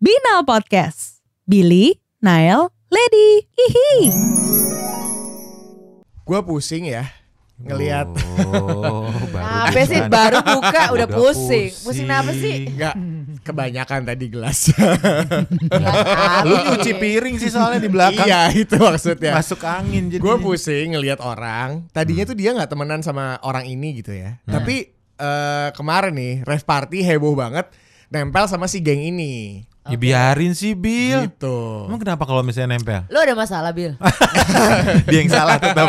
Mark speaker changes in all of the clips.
Speaker 1: Nail Podcast. Billy, Nail, Lady. Hihi.
Speaker 2: Gue pusing ya ngelihat
Speaker 3: Oh, baru
Speaker 4: Apa sih
Speaker 3: bukan.
Speaker 4: baru buka udah
Speaker 3: Udah
Speaker 4: pusing.
Speaker 3: pusing.
Speaker 4: Pusing apa sih?
Speaker 2: nggak kebanyakan tadi gelas.
Speaker 3: Lu cuci piring sih soalnya di belakang.
Speaker 2: iya itu maksudnya.
Speaker 3: Masuk angin jadi.
Speaker 2: Gue pusing ngelihat orang. Tadinya
Speaker 3: Hmm.
Speaker 2: tuh dia nggak temenan sama orang ini gitu ya. Tapi eh, kemarin nih rave party heboh banget nempel sama si geng ini.
Speaker 3: Ya biarin sih, Bil.
Speaker 2: Gitu.
Speaker 3: Iya. Emang kenapa kalau misalnya nempel?
Speaker 4: Lu ada masalah, Bil?
Speaker 3: Dia yang salah tetap.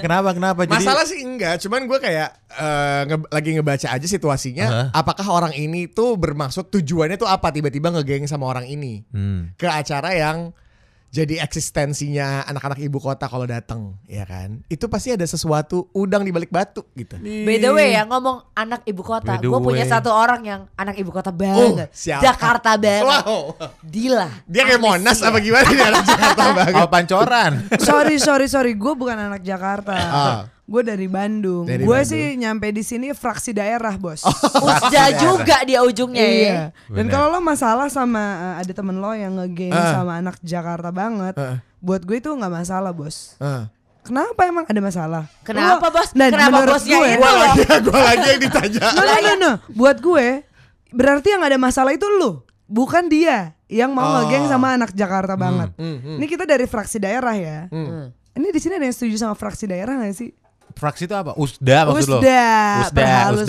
Speaker 3: Kenapa kenapa jadi?
Speaker 2: Masalah sih enggak, cuman gue kayak eh, nge- lagi ngebaca aja situasinya.
Speaker 3: Aha.
Speaker 2: Apakah orang ini tuh bermaksud tujuannya tuh apa tiba-tiba ngegeng sama orang ini
Speaker 3: Hmm.
Speaker 2: ke acara yang jadi eksistensinya anak-anak ibu kota kalau datang, ya kan? Itu pasti ada sesuatu udang di balik batu gitu.
Speaker 4: By the way ya ngomong anak ibu kota,
Speaker 3: By the
Speaker 4: gue punya
Speaker 3: way.
Speaker 4: satu orang yang anak ibu kota
Speaker 2: Oh,
Speaker 4: banget,
Speaker 2: siapa?
Speaker 4: Jakarta banget,
Speaker 2: Wow.
Speaker 4: Dila.
Speaker 2: Dia kayak Monas apa gimana dia anak Jakarta banget.
Speaker 3: Oh, pancoran.
Speaker 5: sorry sorry sorry gue bukan anak Jakarta
Speaker 2: Ah.
Speaker 5: gue dari Bandung
Speaker 2: Dari
Speaker 5: gue
Speaker 2: Bandung. Oh.
Speaker 5: sih nyampe di sini fraksi daerah bos
Speaker 4: Usda juga dia ujungnya ya.
Speaker 5: Oh, iya
Speaker 3: Bener.
Speaker 5: dan kalau lo masalah sama eh, ada temen lo yang ngegame
Speaker 2: Ah.
Speaker 5: sama anak Jakarta banget
Speaker 2: Ah.
Speaker 5: buat gue itu nggak masalah bos
Speaker 2: Ah.
Speaker 5: kenapa emang ada masalah
Speaker 4: Kenapa,
Speaker 5: Lo-
Speaker 4: Bos?
Speaker 5: dan
Speaker 4: Kenapa
Speaker 5: menurut
Speaker 4: bosnya itu
Speaker 5: gue,
Speaker 4: iya.
Speaker 2: Gua
Speaker 4: Halo.
Speaker 2: lagi, gua lagi yang ditanya.
Speaker 5: No, no, no, no. Buat gue berarti yang ada masalah itu lu, bukan dia yang mau
Speaker 2: Oh.
Speaker 5: ngegeng sama anak
Speaker 2: Hmm.
Speaker 5: Jakarta banget. Ini kita dari fraksi daerah ya.
Speaker 4: Hmm.
Speaker 5: Ini di sini ada yang setuju sama fraksi daerah gak sih?
Speaker 3: Fraksi itu apa? Usda maksud lo?
Speaker 5: Usda,
Speaker 3: Usda,
Speaker 5: berhalus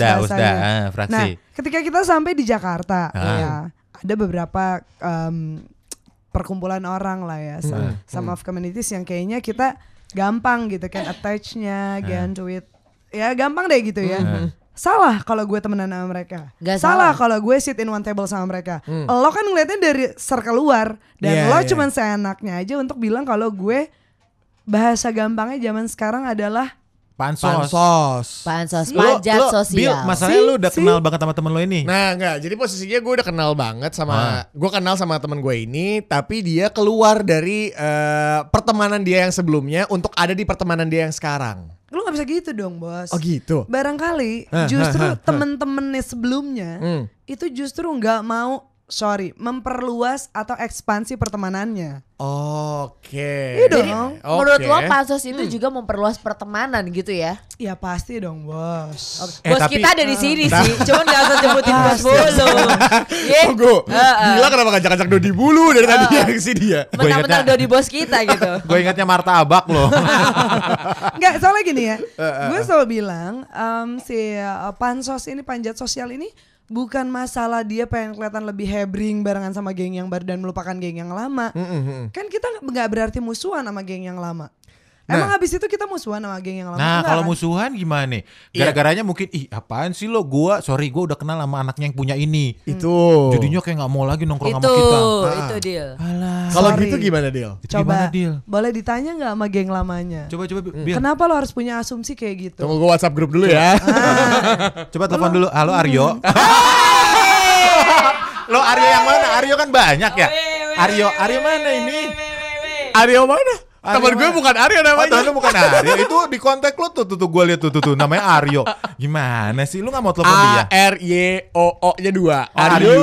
Speaker 3: usda, usda.
Speaker 5: bahasanya.
Speaker 3: Ah,
Speaker 5: Nah,
Speaker 3: fraksi.
Speaker 5: ketika kita sampai di Jakarta,
Speaker 3: Ah.
Speaker 5: ya, ada beberapa em, perkumpulan orang lah ya,
Speaker 3: Hmm.
Speaker 5: sa- sama of communities yang kayaknya kita gampang gitu kan
Speaker 3: Ah.
Speaker 5: attach-nya, get to it. Ya gampang deh gitu ya.
Speaker 3: Hmm.
Speaker 5: Salah kalau gue temenan sama mereka.
Speaker 4: Nggak
Speaker 5: salah
Speaker 4: salah.
Speaker 5: kalau gue sit in one table sama mereka.
Speaker 3: Hmm.
Speaker 5: Lo kan ngeliatnya dari circle luar dan
Speaker 2: Iya,
Speaker 5: lo
Speaker 2: iya.
Speaker 5: cuman seenaknya aja untuk bilang kalau gue bahasa gampangnya zaman sekarang adalah
Speaker 3: Pansos.
Speaker 2: Pansos.
Speaker 4: Pansos,
Speaker 3: Lo-
Speaker 4: pajak
Speaker 3: lo, Bil,
Speaker 4: sosial.
Speaker 3: masalahnya
Speaker 5: Si,
Speaker 3: lu udah
Speaker 5: si.
Speaker 3: kenal banget sama temen lo ini.
Speaker 2: Nah enggak, jadi posisinya gue udah kenal banget sama Gue kenal sama temen gue ini Tapi dia keluar dari eh, pertemanan dia yang sebelumnya Untuk ada di pertemanan dia yang sekarang
Speaker 5: lo nggak bisa gitu dong bos.
Speaker 2: Oh gitu?
Speaker 5: barangkali
Speaker 2: Hah,
Speaker 5: justru
Speaker 2: hah, hah, hah.
Speaker 5: temen-temennya sebelumnya
Speaker 2: Hmm.
Speaker 5: itu justru nggak mau sorry memperluas atau ekspansi pertemanannya
Speaker 2: Oke
Speaker 5: Iya dong.
Speaker 2: Jadi,
Speaker 4: Menurut
Speaker 2: oke.
Speaker 4: lo pansos itu juga memperluas pertemanan gitu ya?
Speaker 5: ya pasti dong bos
Speaker 3: Eh,
Speaker 4: bos
Speaker 3: tapi-
Speaker 4: kita ada di sini sih, cuman gak usah sebutin bos bolo. Ye,
Speaker 2: Iya. Tunggu,
Speaker 4: Heeh.
Speaker 2: gila kenapa ngajak-ngajak Dodi bulu dari tadi yang si dia
Speaker 3: ingatnya-
Speaker 4: mentang-mentang Dodi bos kita gitu.
Speaker 3: Gue ingatnya Marta Abak lo.
Speaker 5: nggak soalnya gini ya gue selalu bilang em, si eh, pansos ini panjat sosial ini bukan masalah dia pengen kelihatan lebih hebring barengan sama geng yang baru dan melupakan geng yang lama
Speaker 2: Hmm.
Speaker 5: kan kita nggak berarti musuhan sama geng yang lama
Speaker 2: Nah.
Speaker 5: emang habis itu kita musuhan sama geng yang lama
Speaker 3: Nah
Speaker 5: Nggak
Speaker 3: kalau
Speaker 5: kan?
Speaker 3: musuhan gimana?
Speaker 2: Iya.
Speaker 3: Gara-garanya mungkin ih apaan sih lo? Gua sorry gue udah kenal sama anaknya yang punya ini.
Speaker 2: Itu
Speaker 3: Jadinya kayak nggak mau lagi nongkrong
Speaker 4: itu,
Speaker 3: sama kita.
Speaker 4: itu deal.
Speaker 3: Alah.
Speaker 2: Kalau
Speaker 5: Sorry.
Speaker 2: gitu gimana Dil?
Speaker 3: Itu
Speaker 5: Coba
Speaker 3: gimana deal?
Speaker 5: boleh ditanya nggak sama geng lamanya?
Speaker 3: Coba coba Bil.
Speaker 5: Kenapa lo harus punya asumsi kayak gitu?
Speaker 2: Tunggu gue whatsapp grup dulu ya
Speaker 3: Coba telepon dulu. Halo Aryo. lo Aryo yang mana? Aryo kan banyak ya. Aryo Aryo mana ini?
Speaker 2: Aryo mana? Temen
Speaker 3: Aryo
Speaker 2: gue
Speaker 3: mana?
Speaker 2: bukan Aryo
Speaker 3: Oh,
Speaker 2: namanya
Speaker 3: tahu lu bukan Aryo. Itu di kontak lo tuh tuh, tuh gue lihat tuh tuh tuh namanya Aryo. Gimana sih lu nggak mau telepon dia?
Speaker 2: A-R-Y-O-O nya dua
Speaker 3: Oh, Aryo.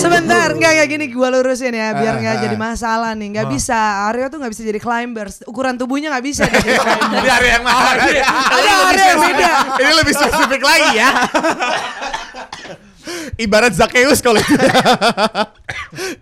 Speaker 5: Sebentar, nggak nggak gini gua lurusin ya, biar
Speaker 2: Ah,
Speaker 5: nggak
Speaker 2: ah,
Speaker 5: jadi
Speaker 2: ah.
Speaker 5: masalah nih. Nggak bisa, Aryo tuh nggak bisa jadi climber. Ukuran tubuhnya nggak bisa. dia jadi climber.
Speaker 3: Jadi Aryo yang
Speaker 2: Oh,
Speaker 3: mana?
Speaker 5: Ada Aryo yang beda.
Speaker 2: Ini lebih spesifik lagi ya. Ibarat Zakeus kalau tidak.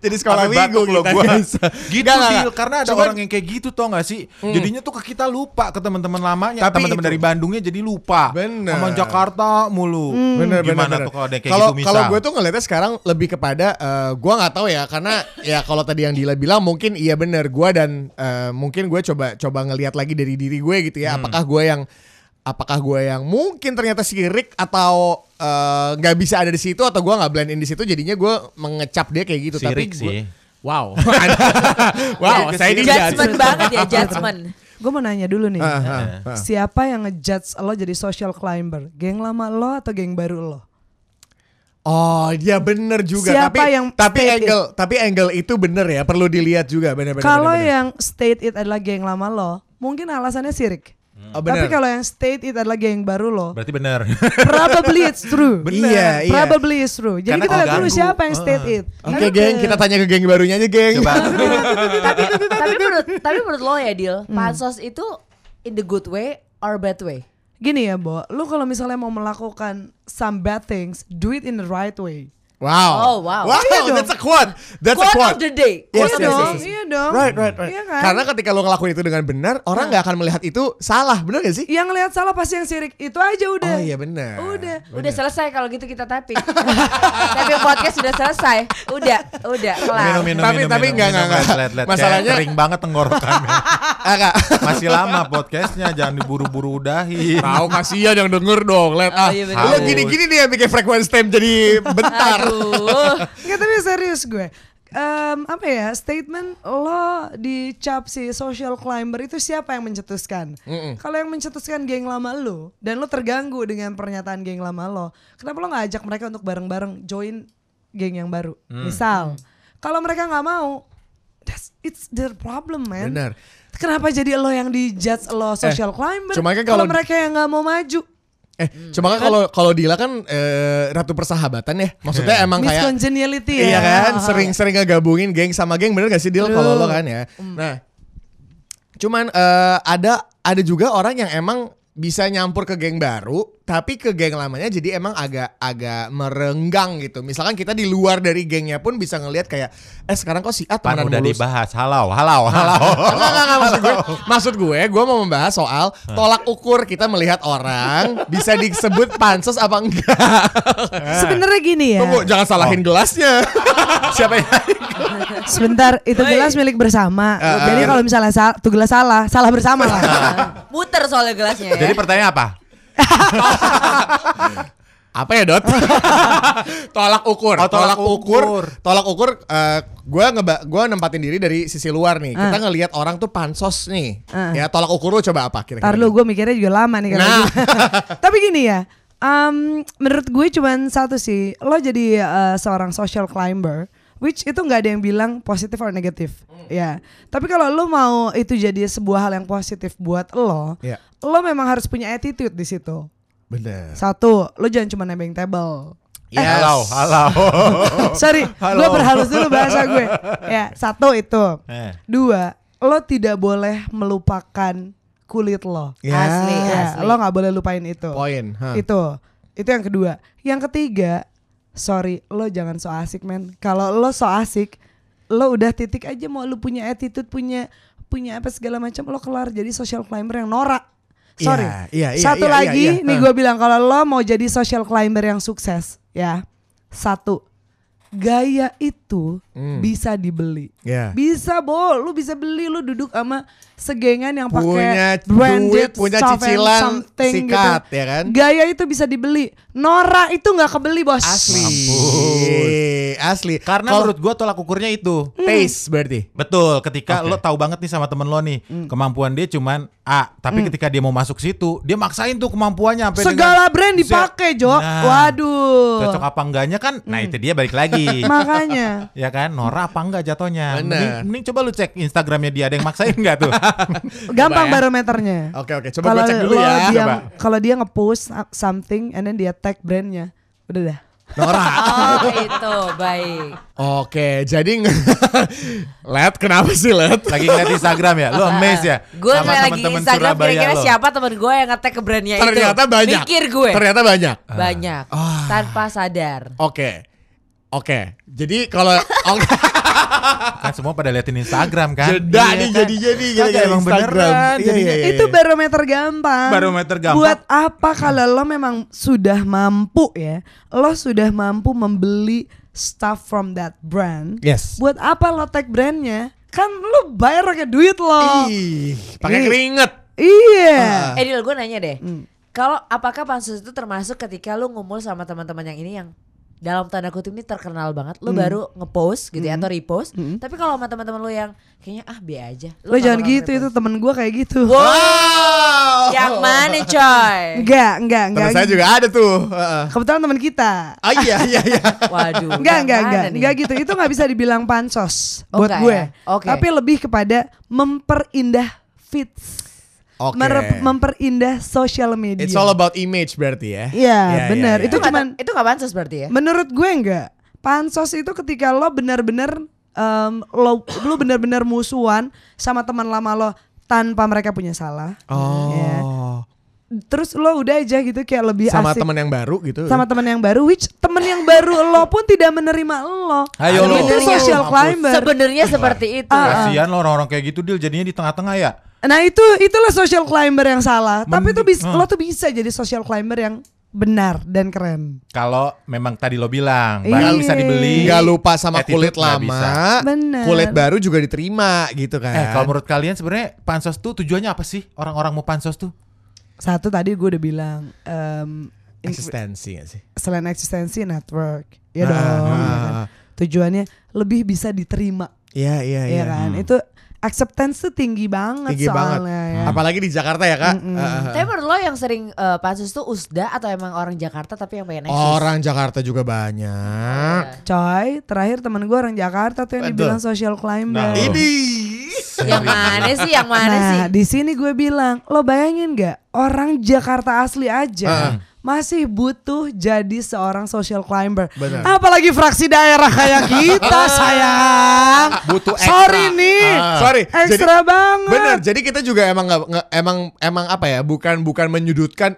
Speaker 2: Jadi sekolah
Speaker 3: Sampai
Speaker 2: minggu
Speaker 3: batuk loh
Speaker 2: kita,
Speaker 3: gua.
Speaker 2: guys.
Speaker 3: Gitu
Speaker 2: Nggak, nggak,
Speaker 3: Bil,
Speaker 2: nggak.
Speaker 3: karena ada
Speaker 2: Cuman- Hmm.
Speaker 3: orang yang kayak gitu tau gak sih? Jadinya tuh ke kita lupa ke teman-teman lamanya,
Speaker 2: Tapi
Speaker 3: teman-teman
Speaker 2: itu-
Speaker 3: dari Bandungnya jadi lupa.
Speaker 2: Bener. Hmm.
Speaker 3: Sama Jakarta mulu.
Speaker 2: Bener,
Speaker 3: Gimana
Speaker 2: bener,
Speaker 3: tuh kalau ada
Speaker 2: bener.
Speaker 3: yang kayak
Speaker 2: Kalau
Speaker 3: gitu misal?
Speaker 2: kalau gue tuh ngeliatnya sekarang lebih kepada eh, gue nggak tahu ya karena ya kalau tadi yang Dila bilang mungkin iya bener gue dan eh, mungkin gue coba coba ngelihat lagi dari diri gue gitu ya
Speaker 3: Hmm.
Speaker 2: apakah gue yang apakah gue yang mungkin ternyata sirik atau eh, nggak bisa ada di situ atau gue nggak blend in di situ jadinya gue mengecap dia kayak gitu tapi
Speaker 3: Sirik
Speaker 2: gua-
Speaker 3: sih.
Speaker 2: Wow. wow, saya di
Speaker 4: Judgment banget ya, judgment.
Speaker 5: Gua mau nanya dulu nih,
Speaker 3: Iya.
Speaker 2: Ah, ah, ah.
Speaker 5: siapa yang ngejudge lo jadi social climber? Geng lama lo atau geng baru lo?
Speaker 2: Oh, dia bener juga.
Speaker 5: Siapa
Speaker 2: tapi
Speaker 5: yang
Speaker 2: tapi
Speaker 5: pede?
Speaker 2: angle tapi angle itu bener ya, perlu dilihat juga bener-bener.
Speaker 5: Kalau
Speaker 2: bener-bener.
Speaker 5: yang state it adalah geng lama lo, mungkin alasannya sirik.
Speaker 2: Oh,
Speaker 5: Tapi
Speaker 2: bener.
Speaker 5: kalau yang state it adalah geng baru loh.
Speaker 3: Berarti bener.
Speaker 5: Probably it's true.
Speaker 2: Bener. Iya, iya.
Speaker 5: Probably it's true. Jadi
Speaker 3: Karena
Speaker 5: kita lihat dulu
Speaker 3: terganggu.
Speaker 5: siapa yang state it.
Speaker 2: Oke geng, kita tanya ke geng barunya aja geng.
Speaker 3: Coba.
Speaker 4: tapi tapi menurut tapi menurut lo ya Dil,
Speaker 2: Hmm.
Speaker 4: pansos itu in the good way or bad way?
Speaker 5: Gini ya, Bo. Lu kalau misalnya mau melakukan some bad things, do it in the right way.
Speaker 2: Wow.
Speaker 4: Oh, wow.
Speaker 2: Wow,
Speaker 5: Iya dong.
Speaker 2: that's a quote. That's a
Speaker 4: Quote
Speaker 2: quote.
Speaker 4: of the day.
Speaker 2: Yes, yes,
Speaker 5: iya
Speaker 2: yes,
Speaker 5: dong,
Speaker 2: yes.
Speaker 5: iya dong.
Speaker 2: Right, right, right.
Speaker 5: Iya kan? Nah.
Speaker 2: Karena ketika lo ngelakuin itu dengan benar, orang nggak akan melihat itu salah, benar gak sih?
Speaker 5: Yang lihat salah pasti yang sirik. Itu aja udah.
Speaker 2: Oh iya benar.
Speaker 5: Udah.
Speaker 4: Udah selesai kalau gitu kita tapping. tapping podcast sudah selesai. Udah, udah kelar.
Speaker 3: Minum, minum,
Speaker 2: Tapi-
Speaker 3: minum,
Speaker 2: tapi
Speaker 3: minum,
Speaker 2: enggak,
Speaker 3: minum,
Speaker 2: enggak, enggak.
Speaker 3: let, let, let.
Speaker 2: Masalahnya-
Speaker 3: Kayak kering banget tenggorokan. men.
Speaker 2: Ah, Kak.
Speaker 3: Masih lama podcastnya, jangan diburu-buru udahi.
Speaker 2: Tahu kasihan yang denger dong, lihat
Speaker 5: Oh,
Speaker 2: ah.
Speaker 4: iya,
Speaker 3: benar.
Speaker 2: lo gini-gini nih yang bikin frekuensi time jadi bentar.
Speaker 4: Aduh.
Speaker 5: Nggak, tapi serius gue. Em, apa ya statement lo dicap si social climber itu siapa yang mencetuskan? Kalau yang mencetuskan geng lama lo dan lo terganggu dengan pernyataan geng lama lo, kenapa lo nggak ajak mereka untuk bareng-bareng join geng yang baru?
Speaker 2: Hmm.
Speaker 5: Misal, kalau mereka nggak mau, that's it's their problem man.
Speaker 2: Benar.
Speaker 5: Kenapa jadi lo yang dijudge lo social climber?
Speaker 2: cuman kan
Speaker 5: kalau
Speaker 2: kalau-
Speaker 5: mereka yang nggak mau maju,
Speaker 2: Eh, cuma kan kalau kalau Dila kan eh, ratu persahabatan ya. Maksudnya emang
Speaker 5: Miss
Speaker 2: kayak
Speaker 5: congeniality ya.
Speaker 2: Iya kan, sering-sering ngegabungin geng sama geng bener gak sih Dil kalau lo kan ya. Nah, cuman eh, ada ada juga orang yang emang bisa nyampur ke geng baru, tapi ke geng lamanya jadi emang agak agak merenggang gitu. Misalkan kita di luar dari gengnya pun bisa ngelihat kayak, eh sekarang kok si A
Speaker 3: Pan
Speaker 2: temenan
Speaker 3: Kan udah
Speaker 2: mulu
Speaker 3: dibahas. Halau, halau, halau.
Speaker 2: Enggak, enggak, enggak, maksud gue. Maksud gue, gue mau membahas soal tolak ukur kita melihat orang bisa disebut pansos apa enggak.
Speaker 5: Sebenarnya gini ya.
Speaker 2: Tunggu, jangan salahin gelasnya. Siapa yang
Speaker 5: Sebentar, itu gelas milik bersama. Jadi kalau misalnya sa- tuh gelas salah, salah bersama lah.
Speaker 4: Muter soalnya gelasnya ya.
Speaker 3: Jadi pertanyaan apa?
Speaker 2: apa ya, Dot? tolak ukur.
Speaker 3: Oh, tolak ukur.
Speaker 2: Tolak ukur eh, gue ngeba gue nempatin diri dari sisi luar nih. Kita ngelihat orang tuh pansos nih.
Speaker 5: Eh.
Speaker 2: Ya, tolak ukur lu coba apa kira-kira? gitu.
Speaker 5: Ntar lu gue mikirnya juga lama nih kalau
Speaker 2: Nah.
Speaker 5: gitu. Tapi gini ya, em, menurut gue cuman satu sih, lo jadi eh, seorang social climber, which itu nggak ada yang bilang positif or negatif, ya. Tapi kalau lo mau itu jadi sebuah hal yang positif buat lo,
Speaker 2: Iya.
Speaker 5: lo memang harus punya attitude di situ.
Speaker 2: Bener.
Speaker 5: Satu, lo jangan cuma nebeng table.
Speaker 2: Yes.
Speaker 3: Halau, halau.
Speaker 5: Sorry, gue perhalus dulu bahasa gue. Ya, satu itu.
Speaker 3: Eh.
Speaker 5: Dua, lo tidak boleh melupakan kulit lo.
Speaker 2: Ya.
Speaker 4: Asli,
Speaker 5: Ya,
Speaker 4: asli.
Speaker 5: lo nggak boleh lupain itu.
Speaker 2: Poin. ha.
Speaker 5: Itu, itu yang kedua. Yang ketiga, sorry, lo jangan so asik men. Kalau lo so asik, lo udah titik aja mau lo punya attitude, punya punya apa segala macam, lo kelar jadi social climber yang norak. Sorry.
Speaker 2: Iya, iya, iya,
Speaker 5: Satu
Speaker 2: iya,
Speaker 5: lagi,
Speaker 2: iya.
Speaker 5: nih
Speaker 2: Ha.
Speaker 5: gue bilang kalau lo mau jadi social climber yang sukses, ya satu gaya itu
Speaker 2: Hmm.
Speaker 5: bisa dibeli.
Speaker 2: Iya.
Speaker 5: Bisa, Bo. Lu bisa beli, lu duduk sama segengan yang
Speaker 2: Punya
Speaker 5: pakai
Speaker 2: duit,
Speaker 5: branded
Speaker 2: punya
Speaker 5: stuff and
Speaker 2: cicilan,
Speaker 5: something
Speaker 2: sikat,
Speaker 5: gitu.
Speaker 2: ya kan?
Speaker 5: Gaya itu bisa dibeli. Nora itu nggak kebeli, Bos.
Speaker 2: Asli. Asli.
Speaker 3: Karena
Speaker 2: Kalau-
Speaker 3: menurut gua tolak ukurnya itu.
Speaker 2: taste berarti.
Speaker 3: Betul, ketika
Speaker 2: Oke.
Speaker 3: lo tahu banget nih sama temen lo nih,
Speaker 4: Hmm.
Speaker 3: kemampuan dia cuman A, tapi ketika dia mau masuk situ, dia maksain tuh kemampuannya sampai
Speaker 5: Segala
Speaker 3: dengan
Speaker 5: brand
Speaker 3: Z.
Speaker 5: dipakai, Jo.
Speaker 3: Nah,
Speaker 5: Waduh.
Speaker 3: Cocok apa enggaknya kan? Nah,
Speaker 4: Hmm.
Speaker 3: itu dia balik lagi.
Speaker 5: Makanya.
Speaker 3: ya kan, Nora apa enggak jatohnya
Speaker 2: Bener.
Speaker 3: Mending, mending coba lu cek Instagramnya dia ada yang maksain enggak tuh?
Speaker 2: Coba
Speaker 5: Gampang
Speaker 2: ya.
Speaker 5: barometernya.
Speaker 2: Oke oke, coba
Speaker 5: Kalau
Speaker 2: gue cek dulu
Speaker 5: lo
Speaker 2: ya.
Speaker 5: dia-
Speaker 2: Coba.
Speaker 5: Kalau dia nge-post something and then dia tag brandnya. Udah dah.
Speaker 2: Nora.
Speaker 4: Oh, itu baik.
Speaker 2: Oke, jadi nge- Let kenapa sih Let?
Speaker 3: lagi ngeliat Instagram ya, lu
Speaker 4: Ah,
Speaker 3: amazed ya.
Speaker 4: Gue
Speaker 3: sama
Speaker 4: ngeliat lagi
Speaker 3: temen-temen
Speaker 4: Instagram
Speaker 3: Surabaya
Speaker 4: kira-kira
Speaker 3: lo.
Speaker 4: siapa temen gue yang ngetek ke brandnya Eh, itu.
Speaker 2: Ternyata banyak. Ah.
Speaker 4: Mikir gue.
Speaker 2: Ternyata banyak.
Speaker 4: banyak. Tanpa sadar.
Speaker 2: Oke. Oke. Jadi kalau Oh, oke
Speaker 3: Kan semua pada liatin Instagram kan.
Speaker 2: jeda nih
Speaker 3: kan?
Speaker 2: jadi jadi
Speaker 3: Kagak, emang beneran.
Speaker 2: Iya iya iya.
Speaker 5: itu barometer gampang.
Speaker 3: Barometer gampang.
Speaker 5: Buat apa kalau lo memang sudah mampu ya, lo sudah mampu membeli stuff from that brand.
Speaker 2: Yes.
Speaker 5: Buat apa lo tag brandnya? Kan lo bayar pakai duit lo.
Speaker 2: Ih, pakai
Speaker 5: Ih.
Speaker 2: keringet.
Speaker 5: Iya.
Speaker 2: Iya.
Speaker 5: Hmm.
Speaker 2: Ah.
Speaker 4: Eh Dil, gue nanya deh. Kalau apakah pansus itu termasuk ketika lu ngumpul sama teman-teman yang ini yang dalam tanda kutip ini terkenal banget,
Speaker 5: Hmm.
Speaker 4: lu baru ngepost gitu ya atau repost. Tapi kalau sama teman-teman lu yang kayaknya ah bi aja. nggak
Speaker 5: lo Hmm. jangan
Speaker 4: bakal
Speaker 5: gitu, itu Oh.
Speaker 4: nge-repost."
Speaker 5: temen gue kayak gitu.
Speaker 4: Oh.
Speaker 2: Wow.
Speaker 4: Yang mana coy?
Speaker 5: Enggak, enggak, enggak. gitu.
Speaker 2: Temen saya juga ada tuh. Heeh.
Speaker 5: Kebetulan teman kita.
Speaker 2: Ah iya iya iya.
Speaker 4: Waduh.
Speaker 5: Enggak,
Speaker 4: yang
Speaker 5: enggak,
Speaker 4: mana
Speaker 5: enggak,
Speaker 4: nih?
Speaker 5: enggak gitu. Itu nggak bisa dibilang pansos
Speaker 4: Oh,
Speaker 5: buat
Speaker 4: enggak
Speaker 5: gue.
Speaker 4: ya? Oke.
Speaker 5: Tapi lebih kepada memperindah fits.
Speaker 2: Oke.
Speaker 5: merep- memperindah sosial media.
Speaker 2: It's all about image berarti ya.
Speaker 5: Iya, benar. Itu
Speaker 4: nggak
Speaker 5: cuman-
Speaker 4: ta- itu nggak pantas berarti ya?
Speaker 5: Menurut gue enggak. Pansos itu ketika lo benar-benar em, lo lo benar-benar musuhan sama teman lama lo tanpa mereka punya salah.
Speaker 2: Oh.
Speaker 5: Ya. Terus lo udah aja gitu kayak lebih
Speaker 2: Sama
Speaker 5: asik
Speaker 2: teman yang baru gitu.
Speaker 5: sama teman yang baru which temen yang baru lo pun tidak menerima lo.
Speaker 3: Ayo
Speaker 4: lo.
Speaker 5: Itu
Speaker 4: Sebenarnya.
Speaker 5: social
Speaker 3: Mampus.
Speaker 5: climber.
Speaker 4: Sebenarnya seperti itu.
Speaker 5: Ah.
Speaker 3: Kasihan lo orang-orang kayak gitu deal jadinya di tengah-tengah ya.
Speaker 5: Nah itu itulah social climber yang salah. Tapi itu
Speaker 3: Mending-
Speaker 5: bis- lo tuh bisa jadi social climber yang benar dan keren.
Speaker 3: Kalau memang tadi lo bilang
Speaker 5: Iya.
Speaker 3: barang bisa dibeli.
Speaker 2: Nggak lupa sama kulit
Speaker 3: Attitude nggak bisa.
Speaker 2: lama,
Speaker 5: Bener.
Speaker 2: kulit baru juga diterima gitu kan.
Speaker 3: Eh, kalau menurut kalian sebenarnya pansos tuh tujuannya apa sih? Orang-orang mau pansos tuh?
Speaker 5: Satu tadi gue udah bilang em, in-
Speaker 2: eksistensi gak sih?
Speaker 5: selain eksistensi network ya
Speaker 2: Ah,
Speaker 5: dong ya
Speaker 2: ah,
Speaker 5: kan?
Speaker 2: ah.
Speaker 5: tujuannya lebih bisa diterima
Speaker 2: Iya iya
Speaker 5: ya
Speaker 2: iya.
Speaker 5: kan itu acceptance tuh tinggi banget
Speaker 2: Tinggi banget.
Speaker 5: soalnya ya
Speaker 2: Apalagi di Jakarta ya kak. Eh,
Speaker 4: Tapi menurut lo yang sering eh, pansus tuh usda atau emang orang Jakarta tapi yang pengen eksis?
Speaker 2: orang Jakarta juga banyak.
Speaker 5: coy terakhir teman gue orang Jakarta tuh yang
Speaker 2: Betul.
Speaker 5: dibilang social climber
Speaker 3: Nah,
Speaker 5: nah,
Speaker 2: Ini.
Speaker 4: Yang mana sih? Yang mana sih?
Speaker 5: di sini gue bilang lo bayangin gak orang Jakarta asli
Speaker 2: Ah.
Speaker 5: aja masih butuh jadi seorang social climber
Speaker 2: Benar. Ah.
Speaker 5: apalagi fraksi daerah kayak kita sayang
Speaker 3: Butuh
Speaker 5: sorry nih
Speaker 2: Sorry. jadi-
Speaker 5: ekstra banget
Speaker 2: Bener. Jadi kita juga emang nggak nggak- emang emang apa ya? Bukan bukan menyudutkan.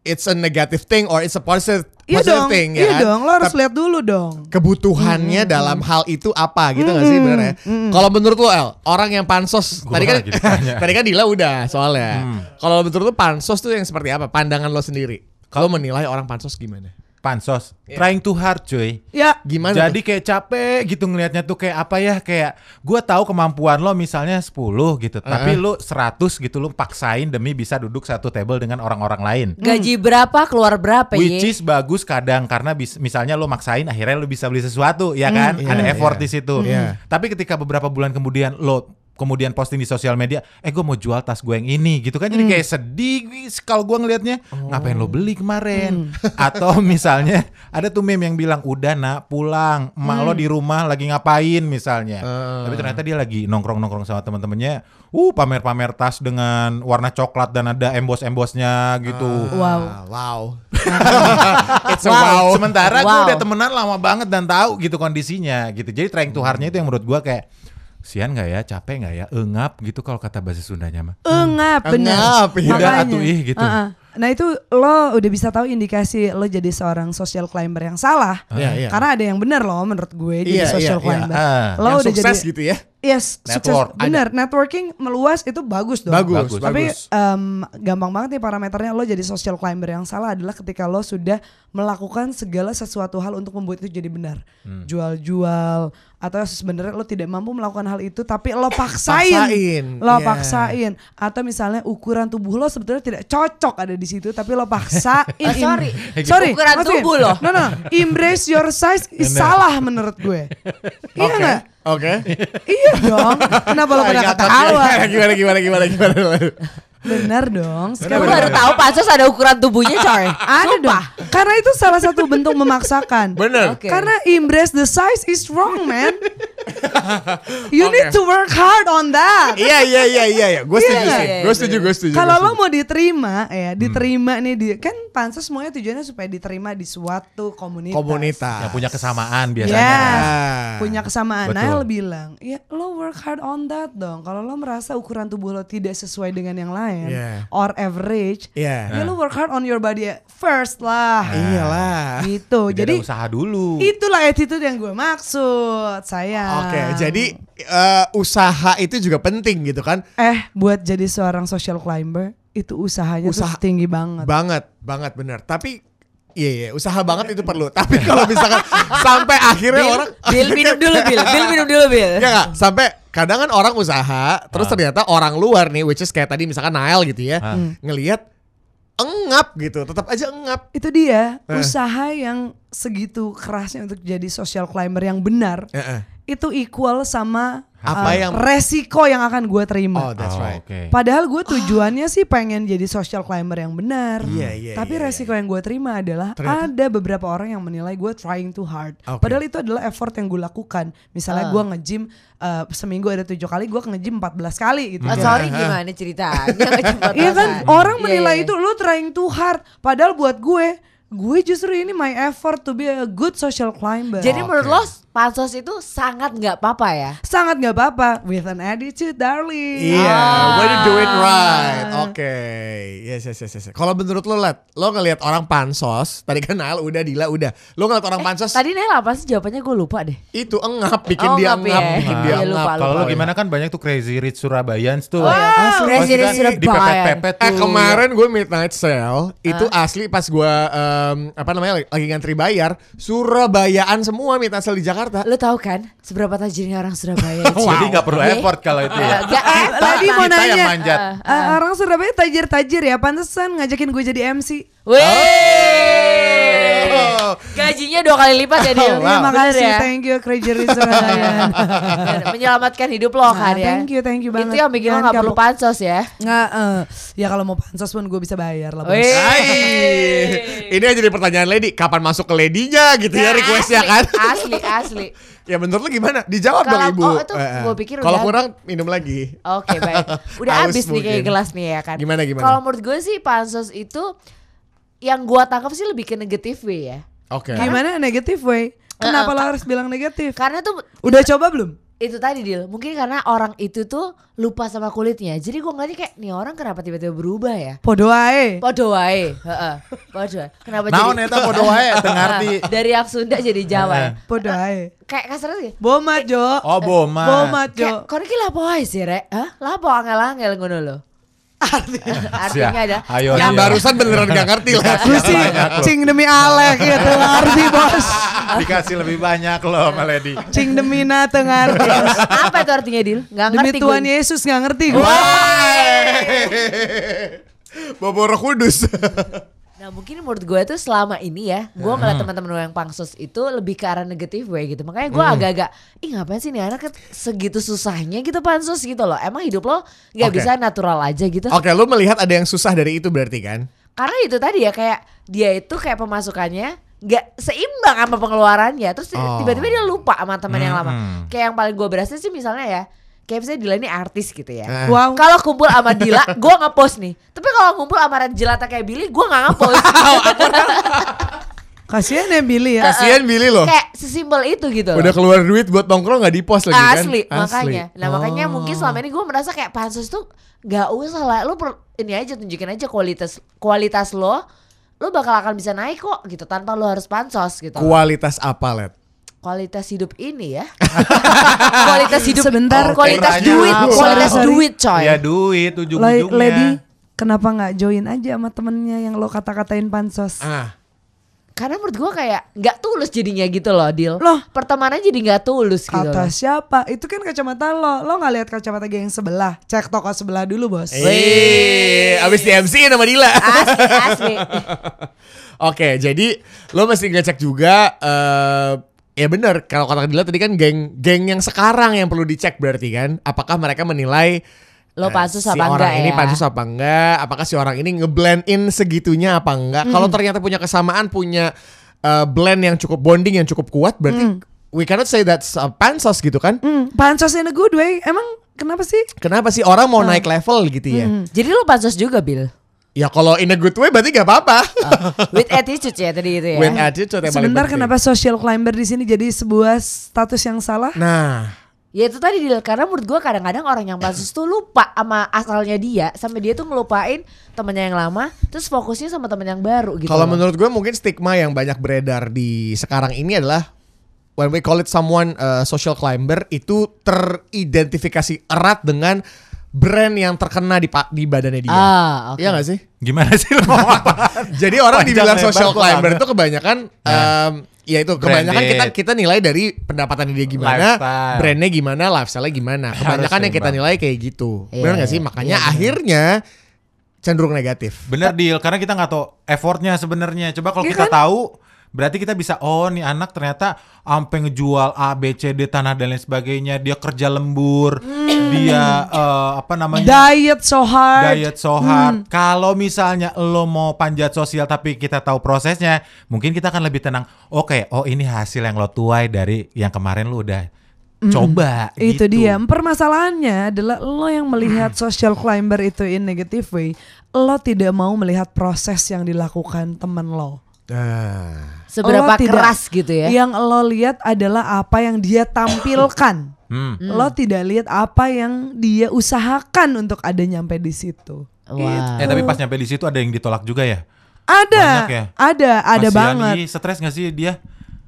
Speaker 2: It's a negative thing or it's a positive,
Speaker 5: Iya
Speaker 2: positive
Speaker 5: dong,
Speaker 2: thing ya.
Speaker 5: iya
Speaker 2: kan?
Speaker 5: dong, lo harus
Speaker 2: Tapi
Speaker 5: lihat dulu dong.
Speaker 2: kebutuhannya dalam hal itu apa gitu nggak sih bener ya? Kalau menurut lo El, orang yang pansos
Speaker 3: Gua
Speaker 2: tadi kan
Speaker 3: lagi ditanya. Hmm.
Speaker 2: tadi kan Dila udah soalnya. Kalau menurut lo pansos tuh yang seperti apa? Pandangan lo sendiri. Kalau menilai orang pansos gimana?
Speaker 3: Pansos. Trying too hard, cuy.
Speaker 5: Ya,
Speaker 2: Iya. Gimana?
Speaker 3: Jadi kayak capek gitu ngelihatnya tuh kayak apa ya kayak gua tahu kemampuan lo misalnya 10 gitu, tapi lo 100 gitu lo paksain demi bisa duduk satu table dengan orang-orang lain.
Speaker 4: Gaji berapa keluar berapa
Speaker 3: Which
Speaker 4: ya?
Speaker 3: is bagus kadang karena bis- misalnya lo maksain akhirnya lo bisa beli sesuatu
Speaker 4: Hmm.
Speaker 3: ya kan
Speaker 2: Iya,
Speaker 3: ada effort
Speaker 2: iya.
Speaker 3: di situ.
Speaker 2: Iya.
Speaker 3: Tapi ketika beberapa bulan kemudian lo kemudian posting di sosial media, eh gue mau jual tas gue yang ini gitu kan jadi
Speaker 4: Hmm.
Speaker 3: kayak sedih wis, kalau gue ngelihatnya
Speaker 4: Oh.
Speaker 3: ngapain lo beli kemarin
Speaker 4: Hmm.
Speaker 3: atau misalnya ada tuh meme yang bilang udah nak pulang emak
Speaker 4: Hmm.
Speaker 3: lo di rumah lagi ngapain misalnya
Speaker 2: Ah.
Speaker 3: tapi ternyata dia lagi nongkrong nongkrong sama teman-temannya uh pamer pamer tas dengan warna coklat dan ada emboss embossnya gitu
Speaker 5: wow.
Speaker 2: Ah, wow.
Speaker 3: It's a wow.
Speaker 4: Wow.
Speaker 3: Sementara gue
Speaker 4: Wow.
Speaker 3: udah temenan lama banget dan tahu gitu kondisinya gitu. Jadi trying to hard-nya itu yang menurut gue kayak sian nggak ya, capek nggak ya, engap gitu kalau kata bahasa Sundanya mah.
Speaker 5: Engap, bener.
Speaker 2: Engap, Hmm. iya.
Speaker 3: Udah
Speaker 5: Makanya.
Speaker 3: atuh, ih, gitu.
Speaker 5: Ah, ah. Nah itu lo udah bisa tahu indikasi lo jadi seorang social climber yang salah.
Speaker 2: Iya, iya.
Speaker 5: Karena ada yang benar lo menurut gue
Speaker 2: Iya,
Speaker 5: jadi social
Speaker 2: iya,
Speaker 5: climber.
Speaker 3: iya, ah.
Speaker 5: Lo
Speaker 2: Yang
Speaker 5: udah
Speaker 2: sukses
Speaker 5: jadi
Speaker 2: gitu ya.
Speaker 5: yes,
Speaker 3: Network,
Speaker 5: sukses. Bener, networking meluas itu bagus dong.
Speaker 2: Bagus,
Speaker 3: Bagus.
Speaker 2: bagus.
Speaker 5: Tapi em, gampang banget nih parameternya lo jadi social climber yang salah adalah ketika lo sudah melakukan segala sesuatu hal untuk membuat itu jadi benar.
Speaker 2: Hmm.
Speaker 5: Jual-jual atau sebenarnya lo tidak mampu melakukan hal itu tapi lo paksain.
Speaker 2: Paksain, iya.
Speaker 5: Lo paksain atau misalnya ukuran tubuh lo sebetulnya tidak cocok ada di situ tapi lo paksain.
Speaker 4: Eh,
Speaker 5: Im-
Speaker 4: sorry.
Speaker 5: sorry.
Speaker 4: Ukuran
Speaker 5: maksudnya-
Speaker 4: tubuh lo.
Speaker 5: No no, embrace your size is salah menurut gue. iya
Speaker 2: Oke.
Speaker 5: enggak?
Speaker 2: Oke.
Speaker 5: Iya dong. Kenapa lo pada ketawa?
Speaker 2: Gimana gimana gimana gimana.
Speaker 5: Benar
Speaker 4: Kamu
Speaker 5: dong. Sekali
Speaker 4: baru tahu pansus ada ukuran tubuhnya coy.
Speaker 5: Eh, Ada dong. Karena itu salah satu bentuk memaksakan.
Speaker 2: Bener.
Speaker 4: Oke.
Speaker 5: Karena embrace the size is wrong, man. You
Speaker 2: Oke.
Speaker 5: need to work hard on that.
Speaker 2: Iya iya iya iya iya. Gue setuju
Speaker 5: Iya,
Speaker 2: sih.
Speaker 4: iya,
Speaker 2: Gue
Speaker 4: iya.
Speaker 2: setuju gue setuju.
Speaker 5: Kalau
Speaker 2: gua
Speaker 5: lo mau diterima, ya
Speaker 2: Hmm.
Speaker 5: diterima nih di kan pansus semuanya tujuannya supaya diterima di suatu
Speaker 2: setuju.
Speaker 5: komunitas.
Speaker 2: komunitas.
Speaker 3: Yang Ah, punya kesamaan biasanya.
Speaker 5: Yes.
Speaker 2: Ah.
Speaker 5: Iya. Punya kesamaan.
Speaker 3: Betul.
Speaker 5: Nael bilang, ya lo work hard on that dong. Kalau lo merasa ukuran tubuh lo tidak sesuai dengan yang lain,
Speaker 2: Yeah.
Speaker 5: or average,
Speaker 2: Iya.
Speaker 5: ya lo work hard on your body first
Speaker 2: Nah.
Speaker 5: lah.
Speaker 2: Iyalah.
Speaker 5: Gitu.
Speaker 3: Jadi
Speaker 5: Jadi
Speaker 3: ada usaha dulu.
Speaker 5: Itulah attitude yang gue maksud, sayang.
Speaker 2: Oke, jadi eh, usaha itu juga penting gitu kan?
Speaker 5: eh buat jadi seorang social climber itu usahanya
Speaker 2: Usaha.
Speaker 5: tuh tinggi banget.
Speaker 2: Banget, banget bener. Tapi iya iya, usaha banget itu perlu. Tapi kalau misalkan sampai akhirnya
Speaker 4: Bil,
Speaker 2: orang
Speaker 4: Bil, minum dulu Bil. Bil minum dulu Bil.
Speaker 2: Ya nggak? sampai kadang kan orang usaha, terus
Speaker 4: Ah.
Speaker 2: ternyata orang luar nih which is kayak tadi misalkan Nael gitu ya,
Speaker 3: Ah.
Speaker 4: Hmm.
Speaker 2: ngelihat engap gitu, tetap aja engap.
Speaker 5: Itu dia
Speaker 2: Eh.
Speaker 5: usaha yang segitu kerasnya untuk jadi social climber yang benar.
Speaker 2: Heeh.
Speaker 5: Itu equal sama
Speaker 2: Eh. Apa
Speaker 5: uh,
Speaker 2: yang
Speaker 5: resiko yang akan gue
Speaker 4: Hmm.
Speaker 2: Oh,
Speaker 5: terima.
Speaker 2: that's
Speaker 3: Oh,
Speaker 2: right.
Speaker 3: Oke.
Speaker 5: Padahal gue tujuannya sih pengen jadi social climber yang benar.
Speaker 2: Iya, iya,
Speaker 5: Tapi
Speaker 2: iya,
Speaker 5: resiko yang gue terima adalah
Speaker 2: Ternyata-
Speaker 5: ada beberapa orang yang menilai gue trying too hard.
Speaker 2: Oke.
Speaker 5: Padahal itu adalah effort yang gue lakukan. Misalnya
Speaker 4: Ah.
Speaker 5: gue nge-gym eh, seminggu ada tujuh kali, gue nge-gym 14 kali gitu.
Speaker 4: Oh, sorry gimana ceritanya nggak cepat
Speaker 5: Iya kan
Speaker 4: rasanya.
Speaker 5: orang
Speaker 4: Iya,
Speaker 5: menilai
Speaker 4: iya.
Speaker 5: itu lu trying too hard. Padahal buat gue, gue justru ini my effort to be a good social climber.
Speaker 4: Jadi
Speaker 2: Oke.
Speaker 4: menurut lo pansos itu sangat nggak apa-apa ya?
Speaker 5: sangat nggak apa-apa with an attitude darling.
Speaker 2: Iya,
Speaker 4: Ah.
Speaker 2: way to do it right. Oke. Yes, yes, yes, yes. Kalau menurut lo, Lat, lo ngelihat orang pansos, tadi kan Nael udah, Dila udah. Lo ngelihat orang pansos
Speaker 4: Eh, Tadi Nela apa sih jawabannya gue lupa deh.
Speaker 2: itu engap, bikin
Speaker 4: Oh,
Speaker 2: dia
Speaker 4: engap
Speaker 2: engap,
Speaker 4: ya.
Speaker 2: bikin dia
Speaker 4: Iya,
Speaker 2: engap.
Speaker 4: lupa, lupa.
Speaker 3: Kalau lo gimana kan banyak tuh Crazy Rich Surabayans tuh.
Speaker 4: Oh, iya.
Speaker 3: Asli.
Speaker 4: Crazy Rich
Speaker 3: Maksudnya
Speaker 4: Surabayan.
Speaker 3: Dipepet-pepet tuh.
Speaker 2: Eh kemarin gue midnight sale itu asli pas gue em, apa namanya lagi ngantri bayar Surabayaan semua midnight sale di Jakarta.
Speaker 4: Lo tau kan seberapa tajirnya orang Surabaya? Ci?
Speaker 3: Jadi nggak perlu effort kalau itu ya.
Speaker 4: Nggak, eh,
Speaker 5: Eh, tadi
Speaker 4: lo-
Speaker 5: mau
Speaker 3: Kita yang
Speaker 5: nanya.
Speaker 3: manjat.
Speaker 4: Ah,
Speaker 5: Eh, orang Surabaya tajir-tajir ya, pantesan ngajakin gue jadi MC.
Speaker 4: Wih,
Speaker 2: Oh.
Speaker 4: gajinya dua kali lipat ya Dil.
Speaker 2: Wow.
Speaker 5: Terima
Speaker 4: Bener ya?
Speaker 5: kasih,
Speaker 4: Oh, iya.
Speaker 5: thank you Crazy Rich Surabaya.
Speaker 4: Dan Menyelamatkan hidup lo kan
Speaker 5: Nah,
Speaker 4: ya.
Speaker 5: thank you, thank you
Speaker 4: Itu
Speaker 5: banget.
Speaker 4: yang bikin lo
Speaker 5: Jangan
Speaker 4: nggak perlu
Speaker 5: kapok.
Speaker 4: pansos ya.
Speaker 5: Nggak, eh, ya kalau mau pansos pun gue bisa bayar lah. Bos.
Speaker 4: Wih.
Speaker 2: Hai. Ini aja jadi pertanyaan Lady, kapan masuk ke Lady-nya gitu ya requestnya
Speaker 4: Nah, Asli,
Speaker 2: kan?
Speaker 4: Asli, asli.
Speaker 2: ya menurut lo gimana? Dijawab dong
Speaker 4: Kalau-
Speaker 2: ibu.
Speaker 4: oh, itu
Speaker 2: Eh, eh.
Speaker 4: gua pikir
Speaker 2: Kalau
Speaker 4: udah-
Speaker 2: kurang minum lagi.
Speaker 4: Oke baik. Udah
Speaker 2: Haus
Speaker 4: habis nih kayak
Speaker 2: mungkin.
Speaker 4: gelas nih ya kan.
Speaker 2: Gimana, gimana?
Speaker 4: Kalau menurut gue sih pansos itu yang gua tangkap sih lebih ke negatif way ya.
Speaker 2: Oke.
Speaker 5: Gimana negatif way?
Speaker 4: Eh,
Speaker 5: Kenapa lo harus bilang negatif?
Speaker 4: Karena tuh
Speaker 5: Udah coba belum?
Speaker 4: itu tadi deal mungkin karena orang itu tuh lupa sama kulitnya. Jadi gua ngeliatnya kayak nih orang kenapa tiba-tiba berubah ya?
Speaker 5: Podo ae.
Speaker 4: Podo wae, heeh. Podo. wae. Kenapa
Speaker 3: Naon eta podo wae teu ngerti.
Speaker 4: Dari yang Sunda jadi Jawa. ya.
Speaker 5: Podo ae.
Speaker 4: Kayak kasarnya sih.
Speaker 5: Bomat Jo.
Speaker 3: Oh, Boma.
Speaker 5: Bomat Jo.
Speaker 4: Kayak kono ki lapo wae sih, Rek? Hah? Lapo angel-angel ngono lho. Artinya
Speaker 3: Sia.
Speaker 4: ada
Speaker 3: Ayo,
Speaker 2: Yang
Speaker 3: ayo.
Speaker 2: barusan beneran gak ngerti lah.
Speaker 5: Gue sih cing demi Alek ya teu ngerti bos.
Speaker 3: Dikasih lebih banyak loh sama Lady.
Speaker 5: Cing demi Na teu ngerti.
Speaker 4: apa itu artinya Dil? Gak
Speaker 5: Demi
Speaker 4: ngerti gue.
Speaker 5: Tuhan Yesus nggak ngerti gue.
Speaker 2: Boboro kudus.
Speaker 4: Nah mungkin menurut gue tuh selama ini ya Gue
Speaker 2: Hmm.
Speaker 4: ngeliat teman-teman gue yang pangsus itu lebih ke arah negatif way gitu Makanya gue
Speaker 2: Hmm.
Speaker 4: agak-agak Ih ngapain sih nih anak kan segitu susahnya gitu pansus gitu loh Emang hidup lo gak
Speaker 2: Oke.
Speaker 4: bisa natural aja gitu
Speaker 2: Oke, lu melihat ada yang susah dari itu berarti kan?
Speaker 4: Karena itu tadi ya kayak Dia itu kayak pemasukannya Gak seimbang sama pengeluarannya
Speaker 2: Oh.
Speaker 4: Terus
Speaker 2: Hmm.
Speaker 4: tiba-tiba dia lupa sama teman yang lama
Speaker 3: Mm-mm.
Speaker 4: Kayak yang paling gue berasa sih misalnya ya Kayak misalnya Dila ini artis gitu ya
Speaker 2: Eh.
Speaker 5: Wow.
Speaker 4: Kalau kumpul sama Dila, gue ngepost nih. Tapi kalau kumpul sama Red Jelata kayak Billy, gue nggak ngepost.
Speaker 2: Oh,
Speaker 5: Kasihan ya
Speaker 4: eh,
Speaker 5: Billy ya.
Speaker 2: Kasihan Billy loh.
Speaker 4: kayak sesimpel itu gitu. loh.
Speaker 2: Oh. Udah keluar duit buat nongkrong gak di pos lagi kan? Oh.
Speaker 4: Asli, makanya. Nah makanya mungkin selama ini gue merasa kayak pansus tuh gak usah lah. Lo per- ini aja tunjukin aja kualitas kualitas lo. Lo bakal akan bisa naik kok gitu tanpa lo harus pansos gitu.
Speaker 2: Kualitas apa, Let?
Speaker 4: kualitas hidup ini ya. kualitas hidup. oh,
Speaker 5: Sebentar.
Speaker 4: Kualitas
Speaker 3: Tanya
Speaker 4: duit.
Speaker 3: apa?
Speaker 4: Kualitas
Speaker 5: Sorry.
Speaker 4: duit coy.
Speaker 2: Iya,
Speaker 3: Ya duit
Speaker 5: La-
Speaker 3: ujung-ujungnya.
Speaker 5: Lady, kenapa nggak join aja sama temennya yang lo kata-katain pansos?
Speaker 2: Ah,
Speaker 4: Karena menurut gue kayak nggak tulus jadinya gitu loh Dil.
Speaker 5: Loh.
Speaker 4: Pertemanan jadi nggak tulus gitu. loh.
Speaker 5: Kata siapa? Itu kan kacamata lo. Lo nggak lihat kacamata geng sebelah? Cek toko sebelah dulu bos.
Speaker 3: Eh.
Speaker 2: eh, abis di MC sama Dila.
Speaker 4: Asli, asli.
Speaker 2: Oke, jadi lo mesti ngecek juga eh ya bener kalau kata Dila tadi kan geng geng yang sekarang yang perlu dicek berarti kan apakah mereka menilai
Speaker 4: Lo
Speaker 2: eh,
Speaker 4: pansus
Speaker 2: si orang
Speaker 4: apa enggak
Speaker 2: ini
Speaker 4: ya?
Speaker 2: pansus apa enggak apakah si orang ini ngeblend in segitunya apa enggak
Speaker 4: Hmm.
Speaker 2: kalau ternyata punya kesamaan punya eh, blend yang cukup bonding yang cukup kuat
Speaker 4: Hmm.
Speaker 2: berarti we cannot say that's a pansos gitu kan
Speaker 5: Hmm, pansos in a good way. Emang kenapa sih?
Speaker 2: kenapa sih orang mau naik level gitu ya
Speaker 4: Hmm. Jadi lo pansos juga Bill.
Speaker 2: ya kalau in a good way berarti gak apa-apa
Speaker 4: With attitude ya tadi itu ya.
Speaker 2: when attitude yang paling
Speaker 5: Sebentar
Speaker 2: penting.
Speaker 5: kenapa social climber di sini jadi sebuah status yang salah?
Speaker 2: nah
Speaker 4: Ya itu tadi Dil, karena menurut gua kadang-kadang orang yang pansus tuh lupa sama asalnya dia Sampai dia tuh ngelupain temennya yang lama Terus fokusnya sama temen yang baru gitu
Speaker 2: Kalau
Speaker 4: loh.
Speaker 2: menurut gue mungkin stigma yang banyak beredar di sekarang ini adalah when we call it someone uh, social climber itu teridentifikasi erat dengan brand yang terkena di pa- di badannya dia.
Speaker 4: Ah oke
Speaker 2: Iya gak sih?
Speaker 3: Gimana sih lo mau apa?
Speaker 2: Jadi orang
Speaker 3: Panjang
Speaker 2: dibilang
Speaker 3: lebar
Speaker 2: social
Speaker 3: kurang.
Speaker 2: climber itu kebanyakan em, ya itu kebanyakan kita
Speaker 3: Branded.
Speaker 2: kita nilai dari pendapatannya dia gimana,
Speaker 3: Lifestyle.
Speaker 2: brandnya gimana, lifestyle-nya gimana. Kebanyakan yang kita
Speaker 3: seimbang.
Speaker 2: nilai kayak gitu.
Speaker 4: Iya,
Speaker 2: Benar gak sih?
Speaker 4: iya,
Speaker 2: Makanya
Speaker 4: iya.
Speaker 2: akhirnya cenderung negatif.
Speaker 3: Bener deal, karena kita nggak tahu effortnya sebenarnya. Coba kalau
Speaker 5: Iya
Speaker 3: kita
Speaker 5: kan?
Speaker 3: tahu, Berarti kita bisa oh nih anak ternyata ampe ngejual A B C D tanah dan lain sebagainya, dia kerja lembur, dia eh, apa namanya?
Speaker 5: Hmm. Diet Hmm. so hard.
Speaker 3: Diet so hard. Kalau misalnya lo mau panjat sosial tapi kita tahu prosesnya, mungkin kita akan lebih tenang. Oke, oh ini hasil yang lo tuai dari yang kemarin lo udah coba.
Speaker 5: Hmm. Itu
Speaker 3: gitu. Ah.
Speaker 5: dia. Permasalahannya adalah lo yang melihat social climber itu in negative way, lo tidak mau melihat proses yang dilakukan temen lo.
Speaker 3: Iya
Speaker 2: Ah.
Speaker 4: Seberapa
Speaker 5: Lo tidak-
Speaker 4: keras gitu ya.
Speaker 5: Yang lo lihat adalah apa yang dia tampilkan.
Speaker 3: Hmm.
Speaker 5: Lo tidak lihat apa yang dia usahakan untuk ada nyampe di situ.
Speaker 4: Iya.
Speaker 3: Eh tapi pas nyampe di situ ada yang ditolak juga ya.
Speaker 5: Ada,
Speaker 3: Banyak ya?
Speaker 5: ada, ada
Speaker 3: Kasihan, gitu.
Speaker 5: banget.
Speaker 3: ih, stres gak sih dia?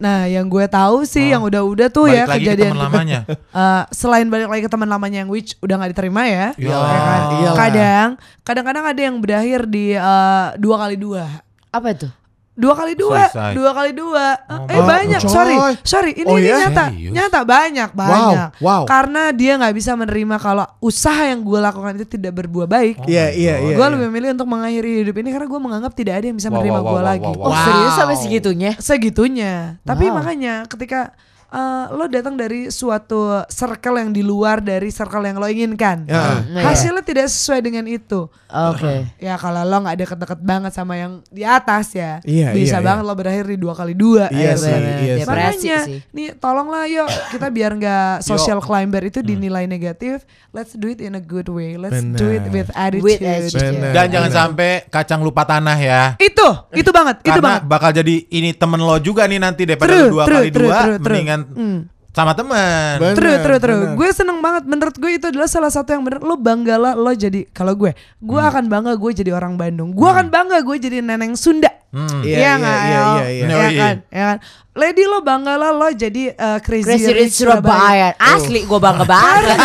Speaker 5: Nah, yang gue tahu sih, yang udah-udah
Speaker 3: Ah.
Speaker 5: tuh
Speaker 3: Balik
Speaker 5: ya
Speaker 3: lagi ke
Speaker 5: kejadian
Speaker 3: teman lamanya.
Speaker 5: Eh, selain balik lagi ke teman lamanya yang which udah nggak diterima ya.
Speaker 4: Iya
Speaker 3: Ya.
Speaker 5: Ya kan?
Speaker 2: Iyalah.
Speaker 5: Kadang, kadang-kadang ada yang berakhir di eh, dua kali dua.
Speaker 4: Apa itu?
Speaker 5: Dua kali dua,
Speaker 3: Suicide.
Speaker 5: dua kali dua. Eh
Speaker 3: my
Speaker 5: banyak,
Speaker 2: God.
Speaker 5: sorry, sorry. Ini,
Speaker 2: Oh
Speaker 5: ini
Speaker 2: ya?
Speaker 3: iya?
Speaker 5: nyata,
Speaker 3: Serius?
Speaker 5: nyata banyak, banyak.
Speaker 2: wow.
Speaker 5: Karena dia nggak bisa menerima kalau usaha yang gue lakukan itu tidak berbuah baik.
Speaker 2: Iya iya iya.
Speaker 5: gue
Speaker 2: iya.
Speaker 5: lebih memilih untuk mengakhiri hidup ini karena gue menganggap tidak ada yang bisa
Speaker 3: Wow,
Speaker 5: menerima
Speaker 3: wow,
Speaker 5: gue
Speaker 3: wow,
Speaker 5: lagi.
Speaker 3: wow,
Speaker 4: Oh
Speaker 3: wow.
Speaker 4: serius sampai segitunya?
Speaker 5: segitunya. Tapi
Speaker 4: Wow.
Speaker 5: makanya ketika eh, lo datang dari suatu circle yang di luar dari circle yang lo inginkan,
Speaker 2: Ya.
Speaker 4: Nah,
Speaker 5: hasilnya tidak sesuai dengan itu.
Speaker 4: Oke.
Speaker 5: Ya kalau lo nggak deket-deket banget sama yang di atas ya,
Speaker 2: Iya, iya,
Speaker 5: bisa banget lo berakhir di dua kali dua.
Speaker 2: Iya
Speaker 5: ya
Speaker 2: sih,
Speaker 5: kan?
Speaker 2: iya sih.
Speaker 4: Depresi
Speaker 5: Makanya,
Speaker 4: sih.
Speaker 5: nih tolonglah yuk kita biar nggak social climber itu dinilai negatif. Let's do it in a good way. Let's do it with attitude.
Speaker 4: With attitude.
Speaker 2: Bener.
Speaker 3: Dan jangan sampai kacang lupa tanah ya.
Speaker 5: Itu, itu banget, itu
Speaker 3: Karena
Speaker 5: banget.
Speaker 3: bakal jadi ini temen lo juga nih nanti daripada
Speaker 5: True,
Speaker 3: lu dua
Speaker 5: true,
Speaker 3: kali
Speaker 5: true,
Speaker 3: dua
Speaker 5: true, true.
Speaker 3: mendingan
Speaker 5: Hmm.
Speaker 3: sama temen.
Speaker 2: Bener,
Speaker 5: True, true, true.
Speaker 2: bener.
Speaker 5: Gue seneng banget. Menurut gue itu adalah salah satu yang bener. Lo bangga lah lo jadi kalau gue, gue akan bangga gue jadi orang Bandung. Gue akan bangga gue jadi neneng Sunda.
Speaker 3: Hmm.
Speaker 2: Iya, iya, iya,
Speaker 5: nggak, El?
Speaker 2: iya, iya.
Speaker 5: Iya
Speaker 3: Yoi.
Speaker 5: kan, ya kan. Lady lo bangga lah lo jadi uh, crazy,
Speaker 4: Crazy Rich Surabaya. Asli gue bangga banget.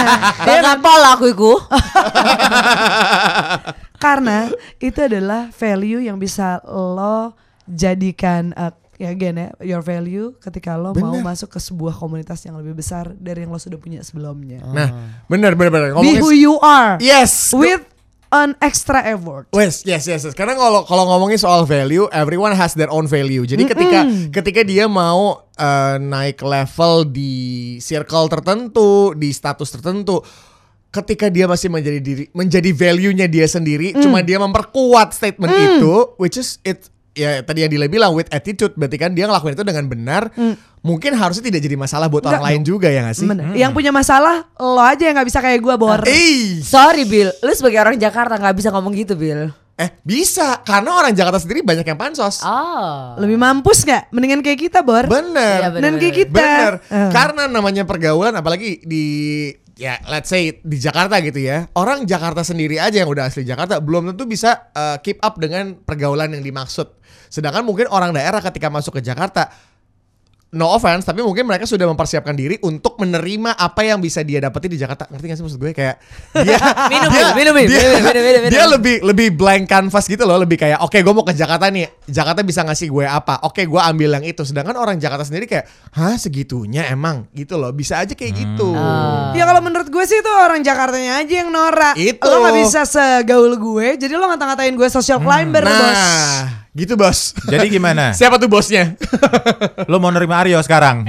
Speaker 4: bangga pol aku iku.
Speaker 5: Karena itu adalah value yang bisa lo jadikan uh, ya again ya your value ketika lo mau masuk ke sebuah komunitas yang lebih besar dari yang lo sudah punya sebelumnya.
Speaker 2: Nah, bener bener bener.
Speaker 5: Be
Speaker 2: Ngomongin-
Speaker 5: who you are
Speaker 2: Yes. Iya
Speaker 5: with an extra effort.
Speaker 2: Wes, yes, yes, yes. Karena kalau kalau ngomongin soal value, everyone has their own value. Jadi ketika ketika dia mau eh, naik level di circle tertentu, di status tertentu, ketika dia masih menjadi diri menjadi value-nya dia sendiri, cuma dia memperkuat statement itu, which is it ya tadi yang Dila bilang with attitude, berarti kan dia ngelakuin itu dengan benar. Mungkin harusnya tidak jadi masalah buat orang lain juga ya nggak sih?
Speaker 5: Bener. Yang punya masalah lo aja yang nggak bisa kayak gue bor.
Speaker 2: Eh,
Speaker 4: Sorry Bill, lu sebagai orang Jakarta nggak bisa ngomong gitu Bill.
Speaker 2: eh bisa karena orang Jakarta sendiri banyak yang pansos.
Speaker 4: Oh.
Speaker 5: Lebih mampus nggak? Mendingan kayak kita bor.
Speaker 2: Bener.
Speaker 4: Iya,
Speaker 5: Dan kayak kita.
Speaker 2: Bener,
Speaker 5: Eh.
Speaker 2: karena namanya pergaulan apalagi di ya let's say di Jakarta gitu ya. Orang Jakarta sendiri aja yang udah asli Jakarta belum tentu bisa eh, keep up dengan pergaulan yang dimaksud. Sedangkan mungkin orang daerah ketika masuk ke Jakarta no offense tapi mungkin mereka sudah mempersiapkan diri untuk menerima apa yang bisa dia dapetin di Jakarta. Ngerti gak sih maksud gue kayak dia
Speaker 4: Minum,
Speaker 2: dia,
Speaker 4: minum, minum,
Speaker 2: dia,
Speaker 4: minum, minum, minum,
Speaker 2: dia
Speaker 4: minum.
Speaker 2: lebih lebih blank canvas gitu loh, lebih kayak oke gue mau ke Jakarta nih. Jakarta bisa ngasih gue apa? Oke, gue ambil yang itu. Sedangkan orang Jakarta sendiri kayak, "Hah, segitunya emang?" gitu loh. Bisa aja kayak gitu.
Speaker 5: Ya kalau menurut gue sih itu orang Jakartanya aja yang norak.
Speaker 2: Itu.
Speaker 5: Lo nggak bisa segaul gue. Jadi lo ngata-ngatain gue social climber
Speaker 2: nah,
Speaker 5: bos.
Speaker 2: gitu bos.
Speaker 3: Jadi gimana?
Speaker 2: Siapa tuh bosnya?
Speaker 5: Eh,
Speaker 3: lo mau nerima Aryo sekarang?